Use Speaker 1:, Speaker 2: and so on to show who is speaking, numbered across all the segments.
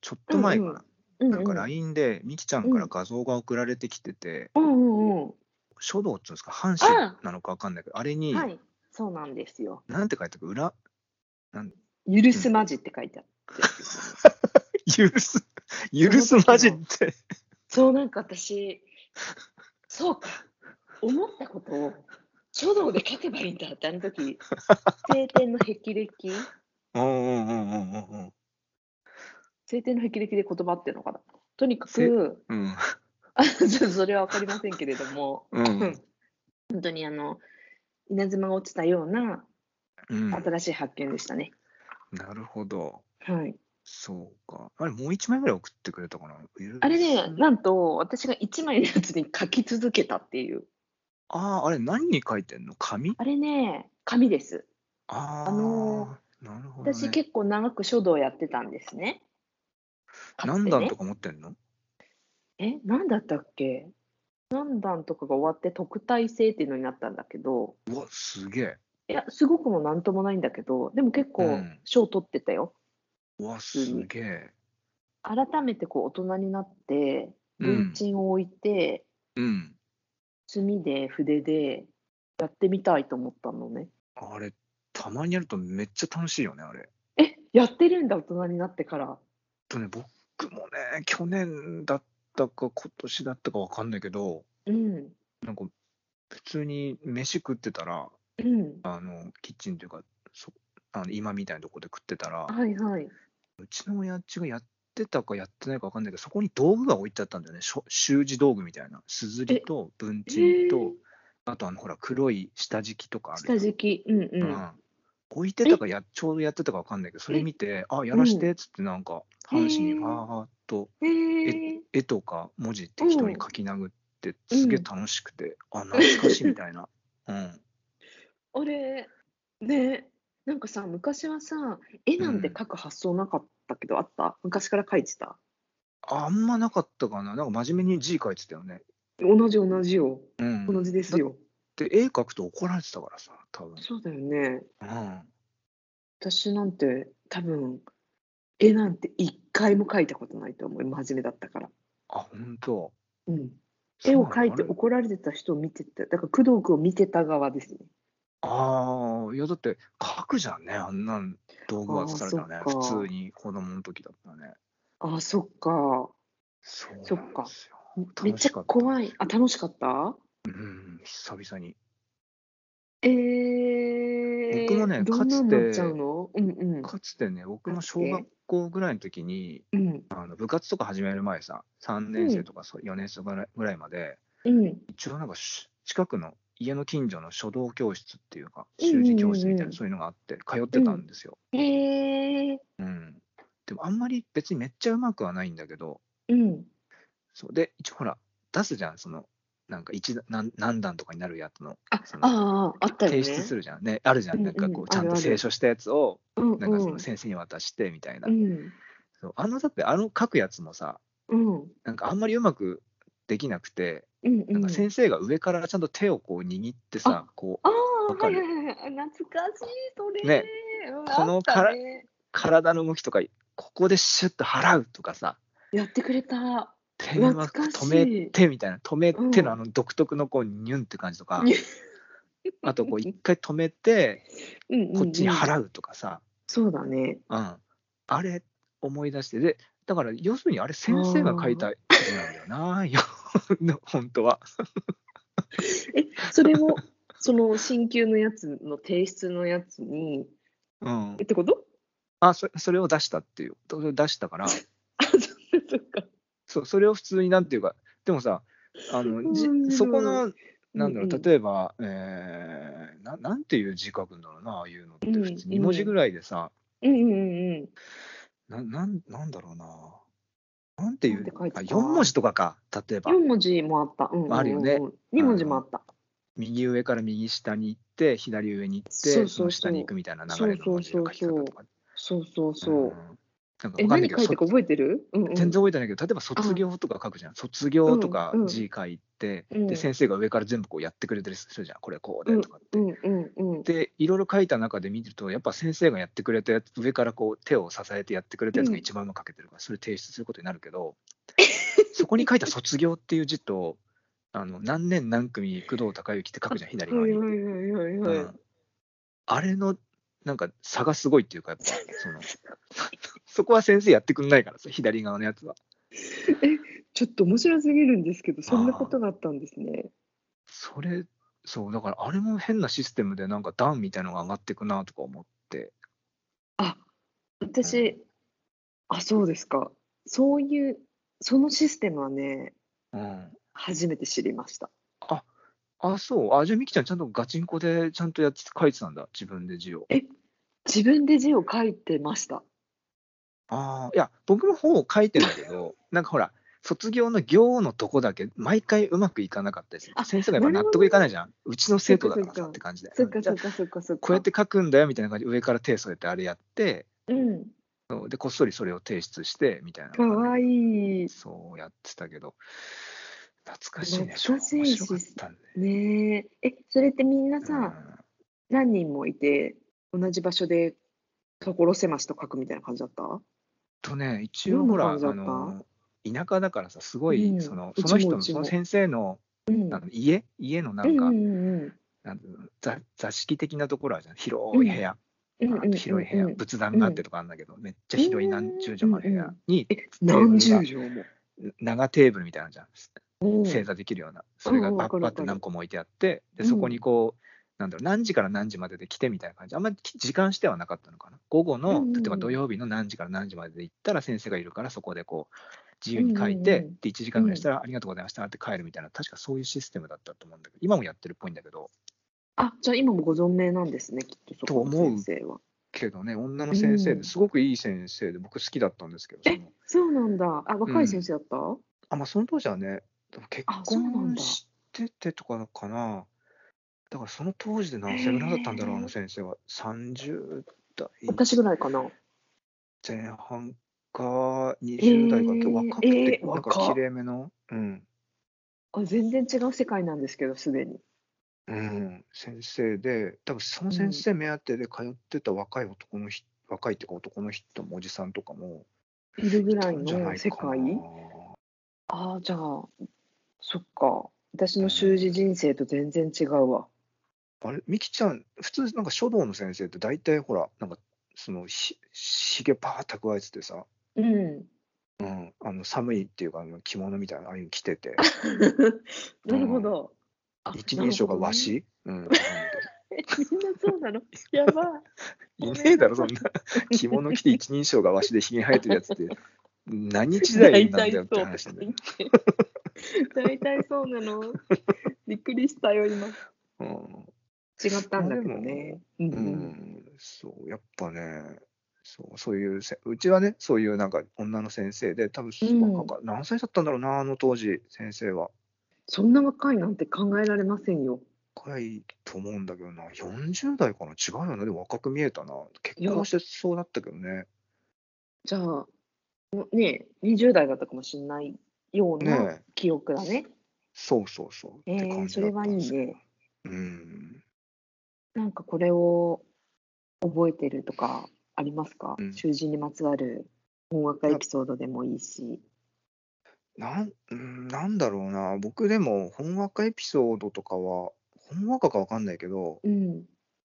Speaker 1: ちょっと前かな、
Speaker 2: うん
Speaker 1: なん
Speaker 2: う
Speaker 1: か
Speaker 2: ん
Speaker 1: LINE でみきちゃんから画像が送られてきてて、
Speaker 2: うんうん
Speaker 1: 書道っていうんですか、半紙なのか分かんないけど、あれ
Speaker 2: う
Speaker 1: に、
Speaker 2: ん。はい。そうなんですよ。
Speaker 1: なんて書いてあるか、裏、
Speaker 2: 許すまじって書いてあって。
Speaker 1: 許す、許すまじって、
Speaker 2: そうなんか私、そうか。思ったことを書道で書けばいいんだってあの時、晴天の霹靂
Speaker 1: うんうんうんうんうんうん
Speaker 2: 晴天の霹靂で言葉っていうのかな。とにか
Speaker 1: せ
Speaker 2: く、
Speaker 1: うん
Speaker 2: あちょっとそれは分かりませんけれども、
Speaker 1: うん
Speaker 2: 本当にあの、稲妻が落ちたような
Speaker 1: うん
Speaker 2: 新しい発見でしたね。
Speaker 1: なるほど。
Speaker 2: はい、
Speaker 1: そうか。あれ、もう一枚ぐらい送ってくれたかな。
Speaker 2: あれね、
Speaker 1: 許す
Speaker 2: なんと私が1枚のやつに書き続けたっていう、
Speaker 1: ああ、あれ、何に書いてんの紙
Speaker 2: あれね、紙です。
Speaker 1: ああ
Speaker 2: あの
Speaker 1: なるほど、ね。
Speaker 2: 私、結構長く書道やってたんですね。かつて
Speaker 1: 何
Speaker 2: ね
Speaker 1: 段とか持ってんの
Speaker 2: え、何だったっけ何段とかが終わって特待生っていうのになったんだけど、
Speaker 1: うわ、すげえ。
Speaker 2: いや、すごくもなんともないんだけど、でも結
Speaker 1: う
Speaker 2: 構
Speaker 1: ん
Speaker 2: 賞取ってたよ。
Speaker 1: うわ、すげえ。
Speaker 2: 改めてこう大人になって、
Speaker 1: うん
Speaker 2: 文鎮を置いて、
Speaker 1: うん。
Speaker 2: 墨で筆でやってみたいと思ったのね。
Speaker 1: あれ、たまにやるとめっちゃ楽しいよね、あれ。
Speaker 2: え、やってるんだ、大人になってから。
Speaker 1: とね、僕もね、去年だったか今年だったかわかんないけど、
Speaker 2: うん。
Speaker 1: 普通に飯食ってたら、
Speaker 2: うん。
Speaker 1: あの、キッチンというか、そあの今みたいなとこで食ってたら、
Speaker 2: はいはい。
Speaker 1: うちの親父がやってたかやってないか分かんないけど、そこに道具が置いてあったんだよね、しょ習字道具みたいな。すずりと文鎮
Speaker 2: えー
Speaker 1: と、あとあのほら、黒い下敷きとかある
Speaker 2: 下
Speaker 1: よ
Speaker 2: 敷き。うんう
Speaker 1: うん
Speaker 2: ん。
Speaker 1: 置いてたかや、ちょうどやってたか分かんないけど、それ見て、あ、やらしてっつって、なんか、半紙に
Speaker 2: へー
Speaker 1: わーっと
Speaker 2: へえ。
Speaker 1: 絵とか文字適当に書き殴って、すげえ楽しくて、あ、懐かしいみたいな。 うん。
Speaker 2: あれ、ね、なんかさ、昔はさ、絵なんて描く発想なかったけど、あった昔から描いてた。
Speaker 1: あんまなかったかな。なんか真面目に字書いてたよね。
Speaker 2: 同じ同じよ。
Speaker 1: うん。
Speaker 2: 同じですよ。
Speaker 1: で、絵描くと怒られてたからさ、多分。
Speaker 2: そうだよね。
Speaker 1: うん。
Speaker 2: 私なんて多分、絵なんて一回も描いたことないと思う。真面目だったから。
Speaker 1: あ、本当。
Speaker 2: うん。絵を描い
Speaker 1: そう
Speaker 2: て
Speaker 1: なの
Speaker 2: 怒られてた人を見てた。だから工藤君を見てた側ですね。
Speaker 1: ああ、いやだって書くじゃんね、あんなん道具渡されたらね
Speaker 2: あ、ーそっか
Speaker 1: 普通に子供の時だったらね。
Speaker 2: ああ、そっか。
Speaker 1: そう
Speaker 2: そっか
Speaker 1: なんですよ
Speaker 2: めっちゃ怖い。あ、楽しかった
Speaker 1: うん、久々に。
Speaker 2: えー、
Speaker 1: 僕もね
Speaker 2: どん
Speaker 1: か
Speaker 2: なん
Speaker 1: つて
Speaker 2: なっちゃうのうんうん。
Speaker 1: かつてね、僕も小学校ぐらいの時に、
Speaker 2: うん。
Speaker 1: あの部活とか始める前さ、3年生とかそう4年生ぐらいぐらいまで、
Speaker 2: うん。
Speaker 1: 一応なんかし近くの家の近所の書道教室っていうか、
Speaker 2: うんうんう
Speaker 1: 習字
Speaker 2: ん
Speaker 1: 教室みたいな、そういうのがあって、通ってたんですよ。
Speaker 2: えー、
Speaker 1: うん。でもあんまり別にめっちゃうまくはないんだけど、
Speaker 2: うん。
Speaker 1: そうで、一応ほら、出すじゃん、その、なんか一段何何段とかになるやつの、
Speaker 2: あ
Speaker 1: そ、の
Speaker 2: ああ、あったよね。
Speaker 1: 提出するじゃん。ね、あるじゃ、
Speaker 2: うんん
Speaker 1: なんかこ
Speaker 2: うん
Speaker 1: う、ちゃん
Speaker 2: あ
Speaker 1: と
Speaker 2: るある
Speaker 1: 清書したやつを、
Speaker 2: うん、うん。
Speaker 1: なんかその先生に渡してみたいな
Speaker 2: う。ん。
Speaker 1: そうあの、だって、あの書くやつもさ、
Speaker 2: うん。
Speaker 1: なんかあんまりうまくできなくて、
Speaker 2: うん。う
Speaker 1: なん
Speaker 2: ん
Speaker 1: か。先生が上からちゃんと手をこう握ってさ、こう、
Speaker 2: ああ、
Speaker 1: わ
Speaker 2: は
Speaker 1: か
Speaker 2: い
Speaker 1: る
Speaker 2: はいはいはい。懐かしい、それ。
Speaker 1: ね
Speaker 2: うん。
Speaker 1: この
Speaker 2: あった
Speaker 1: から
Speaker 2: ね
Speaker 1: 体の動きとか、ここでシュッと払うとかさ、
Speaker 2: やってくれた。
Speaker 1: 手は
Speaker 2: 懐かしい
Speaker 1: 止めてみたいな、止めての
Speaker 2: う
Speaker 1: あの独特のこう、ニュンって感じとか
Speaker 2: ニュ、
Speaker 1: あとこう、一回止めて、
Speaker 2: うんうん、うん。
Speaker 1: こっちに
Speaker 2: う。
Speaker 1: 払うとかさ、
Speaker 2: そうだね。
Speaker 1: うん、あれ思い出してでだから要するにあれ先生が書いたことなんだよな よ本当は
Speaker 2: え、それ を、その進級のやつの提出のやつに、
Speaker 1: うん
Speaker 2: えってこと
Speaker 1: あそそれを出したっていうそれを出したから
Speaker 2: あ、そっかそっか。
Speaker 1: そそれを普通になんていうかでもさあのじ
Speaker 2: うん
Speaker 1: そこのなんだろ
Speaker 2: うんうん
Speaker 1: う例えば、えーななんていう字書くんだろうなああいうのって普通
Speaker 2: うんう
Speaker 1: 2
Speaker 2: ん
Speaker 1: 文字ぐらいでさ、
Speaker 2: うんうんうんうん。
Speaker 1: ななんなんだろうななんてい
Speaker 2: なん
Speaker 1: う
Speaker 2: て書いてた
Speaker 1: あ4文字とかか例えば
Speaker 2: 4文字もあった。うんうんうんうん
Speaker 1: あるよね。
Speaker 2: 2文字もあった。
Speaker 1: 右上から右下に行って左上に行って
Speaker 2: そうそうそう
Speaker 1: の下に行くみたいな流れの文字が書き
Speaker 2: そ
Speaker 1: 方
Speaker 2: うそうそうそう
Speaker 1: とか
Speaker 2: そうそうそう。
Speaker 1: んなんか
Speaker 2: え、
Speaker 1: わかんな
Speaker 2: 何
Speaker 1: いけ
Speaker 2: 書
Speaker 1: ど、
Speaker 2: いてか覚えてるうんうん。
Speaker 1: 全然覚えてないけど、例えば卒業とか書くじゃん。卒業とか
Speaker 2: うんうん
Speaker 1: 字書いて、
Speaker 2: うん
Speaker 1: で、先生が上から全部こうやってくれたりするじゃん。これこうでとかって。
Speaker 2: うんうんうん。
Speaker 1: で、いろいろ書いた中で見ると、やっぱ先生がやってくれたやつ、上からこう手を支えてやってくれたやつが一番うまく書けてるから、それ提出することになるけど、そこに書いた卒業っていう字と、あの何年何組工藤孝之って書くじゃん、左側
Speaker 2: はい
Speaker 1: に。。
Speaker 2: はいはいはいはいう
Speaker 1: んあれのなんか差がすごいっていうか、やっぱそのそこは先生やってくんないからさ、左側のやつは。
Speaker 2: ちょっと面白すぎるんですけど、そんなことがあったんですね。
Speaker 1: それ、そう、だからあれも変なシステムで、なんか段みたいのが上がってくなとか思って、
Speaker 2: あ、私、あ、そうですか。そういう、そのシステムはね、
Speaker 1: うん、
Speaker 2: 初めて知りました。
Speaker 1: あ、そう、あ、じゃあ、みきちゃん、ちゃんとガチンコでちゃんとやって書いてたんだ、自分で字を。
Speaker 2: 自分で字を書いてました。
Speaker 1: ああ、いや、僕も本を書いてんだけど、 なんかほら、卒業の行のとこだけ、毎回うまくいかなかったりする
Speaker 2: あ
Speaker 1: 先生がやっぱ納得いかないじゃん。うちの生徒だから
Speaker 2: そっか
Speaker 1: さ
Speaker 2: そっか
Speaker 1: って感じで。
Speaker 2: そっ
Speaker 1: う
Speaker 2: か
Speaker 1: んじゃ
Speaker 2: そっ
Speaker 1: あ
Speaker 2: かそっかそっか。
Speaker 1: こうやって書くんだよみたいな感じで上から手添えてあれやって
Speaker 2: うん。
Speaker 1: でこっそりそれを提出してみたいな
Speaker 2: かわいい。
Speaker 1: そうやってたけど懐かしいね
Speaker 2: 懐かしい
Speaker 1: 面
Speaker 2: し
Speaker 1: 白かったね
Speaker 2: ねえ。え、それってみんなさ、何人もいて、同じ場所で所狭しと書くみたいな感じだった
Speaker 1: とね、一応ほら、あ
Speaker 2: どん
Speaker 1: の
Speaker 2: な感
Speaker 1: 田舎だからさ、すごい、
Speaker 2: うん
Speaker 1: その
Speaker 2: う
Speaker 1: そ
Speaker 2: ち
Speaker 1: の人
Speaker 2: も
Speaker 1: の、
Speaker 2: うち
Speaker 1: そ
Speaker 2: も
Speaker 1: の先生の
Speaker 2: うん。
Speaker 1: あの家、家のな
Speaker 2: うんん
Speaker 1: か、
Speaker 2: うんうん
Speaker 1: なんていうの座座敷的なところあるじゃん、広い部屋、
Speaker 2: うん
Speaker 1: あと広い部屋、
Speaker 2: うんうんうん
Speaker 1: 仏壇があってとかあるんだけど、めっちゃ広い何十畳もある部
Speaker 2: うんうんう
Speaker 1: 屋
Speaker 2: ん
Speaker 1: に、
Speaker 2: え、何十畳も。
Speaker 1: 長テーブルみたいなのじゃん、
Speaker 2: うん
Speaker 1: 正座できるような、それが
Speaker 2: うん
Speaker 1: バ
Speaker 2: わか
Speaker 1: ッ
Speaker 2: る
Speaker 1: バッ
Speaker 2: わ
Speaker 1: て
Speaker 2: かる
Speaker 1: 何個も置いてあって、で
Speaker 2: うん
Speaker 1: そこにこう、なんだろう何時から何時までで来てみたいな感じあんまり時間してはなかったのかな午後
Speaker 2: う
Speaker 1: の
Speaker 2: んうんう
Speaker 1: 例
Speaker 2: ん
Speaker 1: えば土曜日の何時から何時までで行ったら先生がいるからそこでこう自由に書いて、
Speaker 2: うんうんうん
Speaker 1: で1時間ぐらいしたらありがとうございましたって帰るみたいな確かそういうシステムだったと思うんだけど今もやってるっぽいんだけど
Speaker 2: あ、じゃあ今もご存命なんですね、きっとそこの
Speaker 1: と思う
Speaker 2: 先生は。
Speaker 1: けどね女の先生
Speaker 2: う
Speaker 1: で
Speaker 2: ん
Speaker 1: すごくいい先生で僕好きだったんですけど、
Speaker 2: え
Speaker 1: その
Speaker 2: そうなんだ。あ、若
Speaker 1: うん
Speaker 2: い先生だった、
Speaker 1: あ、まあ、その当時はね、でも結
Speaker 2: あそうなん
Speaker 1: 婚
Speaker 2: だ
Speaker 1: しててとかのかな。だからその当時で何歳ぐらいだったんだろう、
Speaker 2: へー
Speaker 1: あの先生は。30代
Speaker 2: 私ぐらいかな。
Speaker 1: 前半か、20代か、
Speaker 2: へー
Speaker 1: 若くて
Speaker 2: え、ー
Speaker 1: なんか
Speaker 2: 若っ
Speaker 1: きれいめの、うん、
Speaker 2: あ全然違う世界なんですけど、すでに。
Speaker 1: うん、先生で、多分その先生目当てで通ってた若い男の人、若いっていうか男の人もおじさんとかも
Speaker 2: いるぐらい
Speaker 1: たんじゃな
Speaker 2: の
Speaker 1: い
Speaker 2: 世
Speaker 1: かな
Speaker 2: 界ああ、じゃあ、そっか。私の習字人生と全然違うわ。
Speaker 1: あれ、みきちゃん、普通、なんか書道の先生って大体ほら、なんか、そのひ、ひげパーッ蓄えててさ、
Speaker 2: うん。
Speaker 1: うん、あの寒いっていうか、あの着物みたいな、ああいうの着て て、
Speaker 2: なるほど。あ
Speaker 1: 一人称が和。紙、うん、
Speaker 2: なるほどね みんなそうなのやば い。
Speaker 1: いねえだろ、そんな。着物着て一人称が和紙でひげ生えてるやつ って、何時代なんだよって話だよね。
Speaker 2: 大体そうなの。びっくりしたよ、今。
Speaker 1: うん
Speaker 2: 違ったんだけどね。う
Speaker 1: うんんそう、やっぱね、そうそういうせ、うちはね、そういうなんか女の先生で、多分、
Speaker 2: うん
Speaker 1: 若か何歳だったんだろうな、あの当時、先生は。
Speaker 2: そんな若いなんて考えられませんよ。
Speaker 1: 若いと思うんだけどな、40代かな、違うよね、でも若く見えたな、結
Speaker 2: いや
Speaker 1: 婚してそうだったけどね、
Speaker 2: じゃあ、もうねえ、20代だったかもしれないような
Speaker 1: ねえ
Speaker 2: 記憶だね。
Speaker 1: そうそうそう。
Speaker 2: えーそれはいいね。。
Speaker 1: うん、
Speaker 2: なんかこれを覚えてるとかありますか、
Speaker 1: うん
Speaker 2: 囚人にまつわる音楽エピソードでもいいし。
Speaker 1: なんうんなんだろうな、僕でも、本わかエピソードとかは、本わかかわかんないけど、
Speaker 2: うん。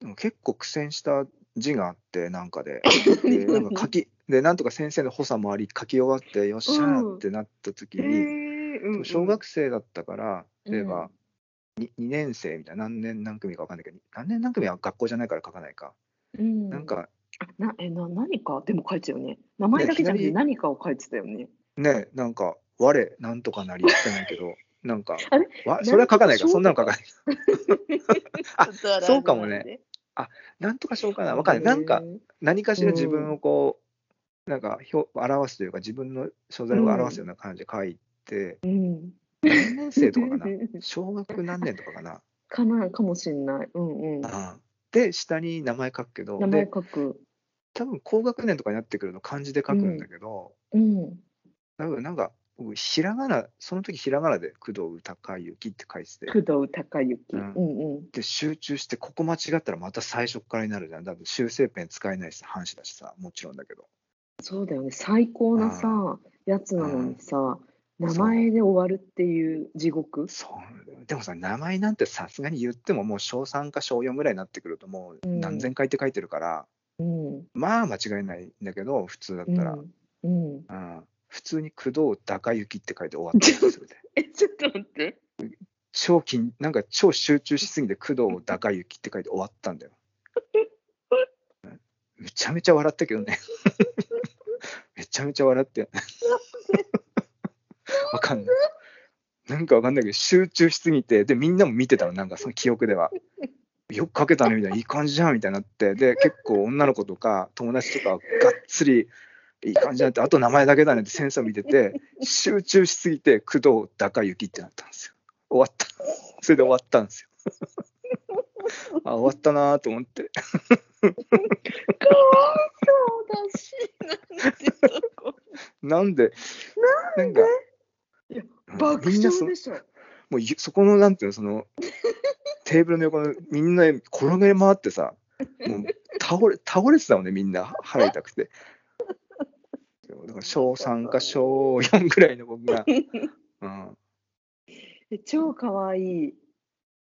Speaker 1: でも結構苦戦した字があって、なんか で、でなんか書き、で、なんとか先生の補佐もあり、書き終わって、よっしゃーってなった時に、小学生だったから、例えば、に2年生みたいな、何年何組か分かんないけど、何年何組は学校じゃないから書かないか。
Speaker 2: うん、
Speaker 1: なんか
Speaker 2: あなえな何かでも書いてたよね。名前だけじゃなくて
Speaker 1: ね
Speaker 2: 何かを書いてたよね。
Speaker 1: ね、なんか、我、なんとかなりじゃないけ ど、なんか
Speaker 2: あれ、
Speaker 1: わそれは書かないから、
Speaker 2: な
Speaker 1: そん
Speaker 2: ん
Speaker 1: な
Speaker 2: と
Speaker 1: の書かない。あそうかもね。なんとかしようかな、分かんない。なんか、。何かしら自分をこう、なんか表、表すというか、自分の所在を表すような感じで書いて、
Speaker 2: うん。
Speaker 1: 何年生と かか な、小学何年とかかな。
Speaker 2: かなかもしんない。うんうん。
Speaker 1: うんで、下に名前書くけど、
Speaker 2: 名前
Speaker 1: で
Speaker 2: 書く。
Speaker 1: 多分高学年とかになってくると漢字で書くんだけど、
Speaker 2: うん。
Speaker 1: 多分なんか僕ひらがなその時ひらがなで工藤孝之って書いてて
Speaker 2: 工藤隆之。
Speaker 1: う
Speaker 2: うんんうん。
Speaker 1: で集中してここ間違ったらまた最初からになるじゃん多分修正ペン使えないし半紙だしさもちろんだけど
Speaker 2: そうだよね。最高なさ、やつなのにさ、名前で終わるっていう地獄。
Speaker 1: そうでもさ名前なんてさすがに言ってももう小3か小4ぐらいになってくるともう何千回って書いてるから、
Speaker 2: うん。
Speaker 1: まあ間違いないんだけど普通だったら、
Speaker 2: うん。うん、
Speaker 1: うん普通に工藤孝之って書いて終わったりするで
Speaker 2: え、ちょっと待 って。
Speaker 1: 超緊なんか超集中しすぎて工藤孝之って書いて終わったんだよ。うんめちゃめちゃ笑ったけどね。 めちゃめちゃ笑って。わかんない。なんかわかんないけど集中しすぎてでみんなも見てたのなんかその記憶では。よく書けたねみたいないい感じじゃんみたいになってで結構女の子とか友達とかがっつりいい感じだってあと名前だけだねってセンサー見てて集中しすぎて工藤孝之ってなったんですよ。終わった。 それで終わったんですよ。 あ、終わったなと思って。
Speaker 2: かわいそうだし、なんでそこ。
Speaker 1: なんで、なんか
Speaker 2: いや、
Speaker 1: うん
Speaker 2: 爆
Speaker 1: みんなそ
Speaker 2: 笑
Speaker 1: の
Speaker 2: でしょ。
Speaker 1: もうゆそこの、なんていうの、その、 テーブルの横の、みんな転げ回ってさ、もう倒 れ、倒れてたもんね、みんな、腹痛くて。でもだから小3か小4ぐらいの僕 が、うん、
Speaker 2: え超かわいい。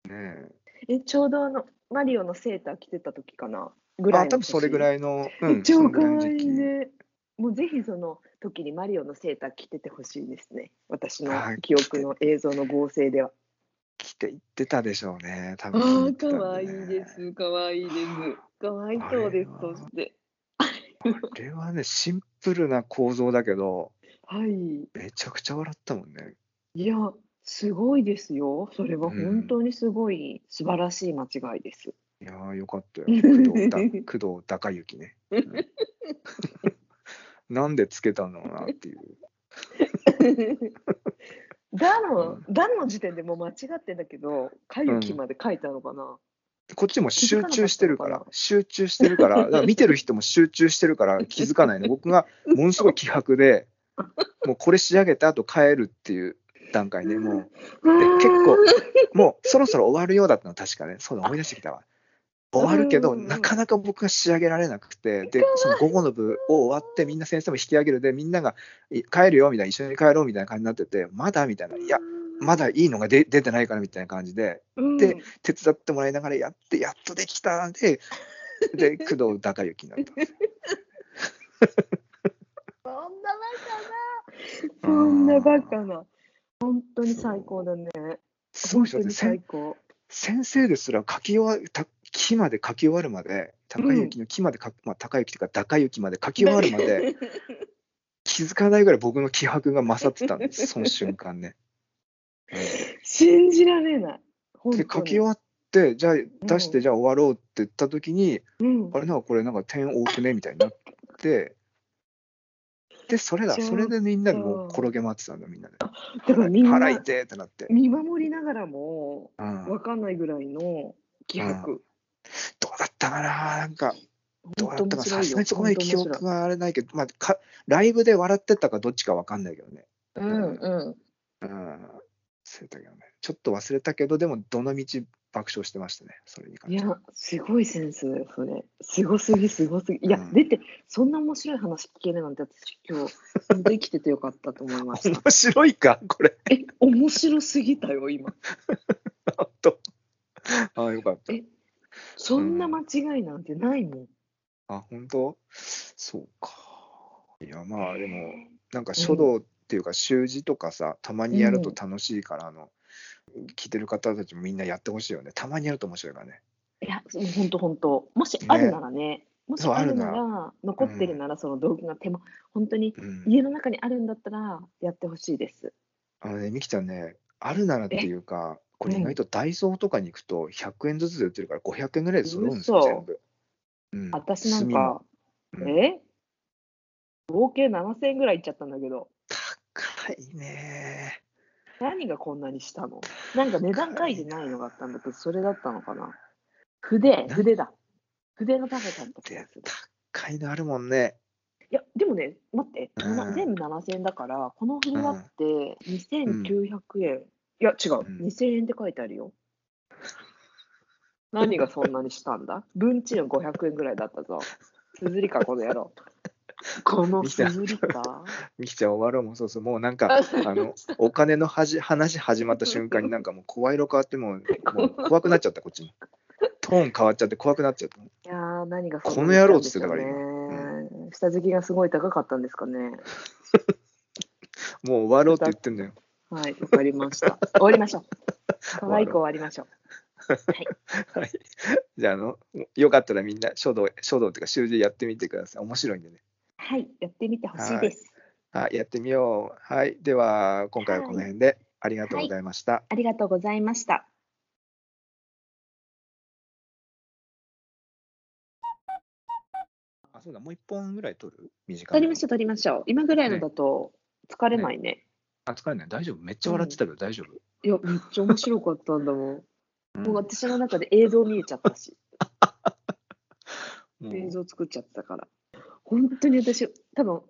Speaker 1: ね
Speaker 2: え、ちょうどあの、マリオのセーター着てた時かな。ぐ
Speaker 1: え
Speaker 2: らい
Speaker 1: あ、多分それぐ
Speaker 2: い。
Speaker 1: らいの、うん、そ
Speaker 2: 超
Speaker 1: の
Speaker 2: か
Speaker 1: ぐらいの
Speaker 2: わ
Speaker 1: 時
Speaker 2: いい
Speaker 1: 期
Speaker 2: ね。もうぜひその時にマリオのセーター着ててほしいですね。私の
Speaker 1: あー
Speaker 2: 記憶の映像の合成 では。
Speaker 1: 来て行ってたでしょうね、多
Speaker 2: あ
Speaker 1: 分、
Speaker 2: あ、かわいいで。す。かわいいです。かわいそうです。
Speaker 1: あれ
Speaker 2: そ
Speaker 1: は
Speaker 2: して。
Speaker 1: これはね、シンプルな構造だけど、
Speaker 2: はい。
Speaker 1: めちゃくちゃ笑ったもんね。
Speaker 2: いや、すごいですよ。それは本当にすごい、素晴らしい間違 いです。
Speaker 1: いやーよかったよ。工藤だ工藤高之ね。うん なんでつけたのかなっていう。
Speaker 2: だの、だの時点でもう間違ってんだけど、かゆきまで書いたのかな。
Speaker 1: こっちも集中してるから
Speaker 2: 気づかなかったのかな、
Speaker 1: 集中してるから、だから見てる人も集中してるから気づかないの。僕がものすごい気迫で、もうこれ仕上げた後帰るっていう段階ね、もう。で結構、もうそろそろ終わるようだったの、確かね。そうだ、思い出してきたわ。終わるけど、
Speaker 2: うんうんうん
Speaker 1: なかなか僕が仕上げられなくて、で、その午後の部を終わって、みんな先生も引き上げるで、みんながい帰るよみたいな、一緒に帰ろうみたいな感じになってて、まだみたいな、いや、まだいいのが出出てないからみたいな感じで、
Speaker 2: うん、
Speaker 1: で手伝ってもらいながらやって、やっとできたで、 で、工藤孝之に なったんですよ。
Speaker 2: そんなバカな。そんなバカな。本当に最高だね。
Speaker 1: すごいでしょ
Speaker 2: 本当に
Speaker 1: せん
Speaker 2: 最高。
Speaker 1: 先生ですら書き終わるた木まで書き終わるまで高雪の木まで書く、まあ高雪というか高雪まで書き終わるまで気づかないぐらい僕の気迫が勝ってたん ですその瞬間ね。
Speaker 2: 信じられない。本
Speaker 1: で
Speaker 2: 当
Speaker 1: 書
Speaker 2: に
Speaker 1: き終わってじゃあ出してじゃあ終わろうって言った時に、
Speaker 2: うん
Speaker 1: あれなんかこれなんか点多くねみたいになってでそれだ
Speaker 2: そう
Speaker 1: それでみんなでもう転げ回ってたんだみんなで
Speaker 2: だからみんな
Speaker 1: 腹痛えってなって、
Speaker 2: 見守りながらも
Speaker 1: うん、ど
Speaker 2: 分かんないぐらいの気迫。
Speaker 1: うだったかななんかどうだったか、
Speaker 2: 本当面
Speaker 1: さ
Speaker 2: 白いよ
Speaker 1: すがにそこまで記
Speaker 2: 本当面白い
Speaker 1: 憶があれないけど、まあ、かライブで笑ってたかどっちかわかんないけどね。
Speaker 2: うんうん。
Speaker 1: うん。忘れたけどね。ちょっと忘れたけど、でも、どの道爆笑してましたね、それに関
Speaker 2: い
Speaker 1: しては。
Speaker 2: や、すごいセンスだよ、それ。すごすぎ、すごすぎ。いや、
Speaker 1: うん
Speaker 2: 出て、そんな面白い話聞けるなんて、私、今日、本当生きててよかったと思いま した。
Speaker 1: 面白いか、これ。
Speaker 2: え、面白すぎたよ、今。
Speaker 1: 本当ああ、よかった。
Speaker 2: えそんな間違いなんてないもん。
Speaker 1: あ、本当そうか。いや、まあ、でも、なんか書道っていうか、習字とかさ、たまにやると楽しいから、あの、聞いてる方たちもみんなやってほしいよね。たまにやると面白いからね。
Speaker 2: いや、もう本当、本当。もしあるならね、もし
Speaker 1: そう
Speaker 2: ある
Speaker 1: あ
Speaker 2: な
Speaker 1: る
Speaker 2: ら、残ってるなら、その道具が手も、本当に、
Speaker 1: うん。
Speaker 2: 家の中にあるんだったら、やってほしいです。
Speaker 1: あのね、みきちゃんね、あるならっていうか、これ
Speaker 2: うん
Speaker 1: 意外とダイソーとかに行くと100円ずつで売ってるから500円ぐらいで揃うんですよ、
Speaker 2: 嘘
Speaker 1: 全部。うん、
Speaker 2: 私なん
Speaker 1: 炭も
Speaker 2: か、
Speaker 1: うん
Speaker 2: え合計7000円ぐらいいっちゃったんだけど。
Speaker 1: 高いね。
Speaker 2: 何がこんなにしたのなんか値段書いてないのがあったんだけど、それだったのかな筆、筆だ。筆の高さだった気が
Speaker 1: です
Speaker 2: る。
Speaker 1: 高いのあるもんね。
Speaker 2: いや、でもね、待って、
Speaker 1: うん
Speaker 2: な全部7000円だから、このフリマって
Speaker 1: ん
Speaker 2: 2900円。いや、違う、
Speaker 1: うん
Speaker 2: 2000円って書いてあるよ。何がそんなにしたん だ文鎮の500円ぐらいだったぞ。硯か、この野郎。この硯か。
Speaker 1: ミキちゃん終わろうもそうそう、もうなんか、あの、お金のはじ話始まった瞬間になんかもう声色変わっても う、もう怖くなっちゃった、こっちに。トーン変わっちゃって怖くなっちゃった。
Speaker 2: いやー、何が
Speaker 1: この野郎っつってたから
Speaker 2: ね。下敷きがすごい高かったんですかね。
Speaker 1: もう終わろうって言ってんだよ。
Speaker 2: はい、わかりました。終わり ましょう。可愛い子終わりましょう。
Speaker 1: はい。じゃあ、あの、よかったらみんな書道、書道っていうか習字やってみてください。面白いんでね。
Speaker 2: はい、やってみてほしいです。
Speaker 1: はい、やってみよう。はい。では、今回はこの辺でありがとうございました。
Speaker 2: ありがとうございました。
Speaker 1: あ、そうだ、もう一本ぐらい取る短め
Speaker 2: 取りましょう、取りましょう。今ぐらいのだと疲れないね。
Speaker 1: あ、疲れない。大丈夫。めっちゃ笑ってたけど大丈夫。
Speaker 2: いや、めっちゃ面白かったんだ もん。
Speaker 1: うん
Speaker 2: もう私の中で映像見えちゃったし、
Speaker 1: もう
Speaker 2: 映像作っちゃってたから。本当に私、多分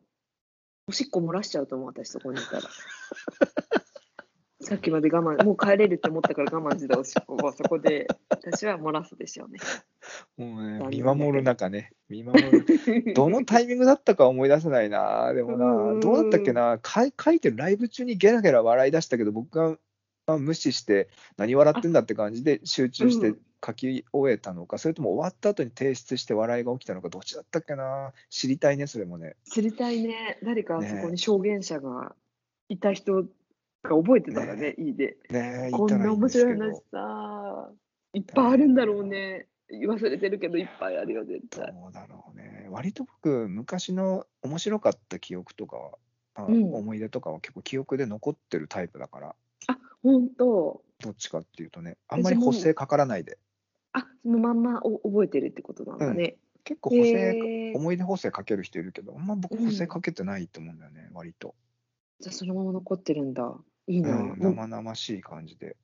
Speaker 2: おしっこ漏らしちゃうと思う、私そこにい たら。さっきまで我慢、もう帰れるって思ったから我慢してたおしっこはそこで、私は漏らすでしょ うね。
Speaker 1: もうね
Speaker 2: 残、念
Speaker 1: 見守る中ね、見守 る。どのタイミングだったか思い出せないな、でも
Speaker 2: うんうんう
Speaker 1: な、
Speaker 2: ん
Speaker 1: どうだったっけな、かい書いてるライブ中にゲラゲラ笑い出したけど、僕がまあ無視して、何笑ってんだって感じで集中し
Speaker 2: う
Speaker 1: て
Speaker 2: ん
Speaker 1: 書き終えたのか、それとも終わった後に提出して笑いが起きたのか、どっちだったっけな、知りたいね、それもね。
Speaker 2: 知りたいね。誰か
Speaker 1: ね
Speaker 2: そこに証言者がいた人が覚えてたらね、いいで。
Speaker 1: ねえ、
Speaker 2: こんな面白い話
Speaker 1: ど。
Speaker 2: さ、いっぱいあるんだろうね。忘れてるけど、いっぱいあるよ、絶
Speaker 1: ど
Speaker 2: 対。
Speaker 1: うだろうね。割と僕、昔の面白かった記憶とかは、あ
Speaker 2: うん
Speaker 1: 思い出とかは結構記憶で残ってるタイプだから、
Speaker 2: あ、本当。
Speaker 1: どっちかっていうとね、あんまり
Speaker 2: 私も
Speaker 1: 補正かからないで。
Speaker 2: あ、そのまんまお覚えてるってことなんだね。
Speaker 1: 結構補正
Speaker 2: へー
Speaker 1: 思い出補正かける人いるけど、あんま僕補正かけてないと思うんだよね、割と。
Speaker 2: じゃあそのまま残ってるんだ。いいうな。
Speaker 1: ん、
Speaker 2: もう
Speaker 1: 生々しい感じで。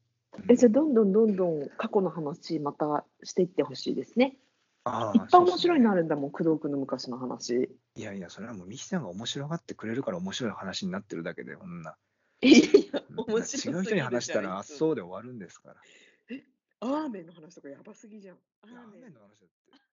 Speaker 2: えじゃあどんどんどんどん過去の話またしていってほしいですね。
Speaker 1: あ
Speaker 2: いっぱい面白いのあ
Speaker 1: る。
Speaker 2: るんだもん、工藤君の昔の話。
Speaker 1: いやいや、それはもうミキさんが面白がってくれるから面白い話になってるだけで、こんな。
Speaker 2: いやいや、
Speaker 1: 違
Speaker 2: 面白
Speaker 1: う
Speaker 2: すぎるじゃん
Speaker 1: 人に話したら、あ
Speaker 2: い
Speaker 1: っ
Speaker 2: つも
Speaker 1: そうで終わるんですから。
Speaker 2: アーメンの話とかやばすぎじゃん。アー
Speaker 1: いや
Speaker 2: メン
Speaker 1: 雨の話だって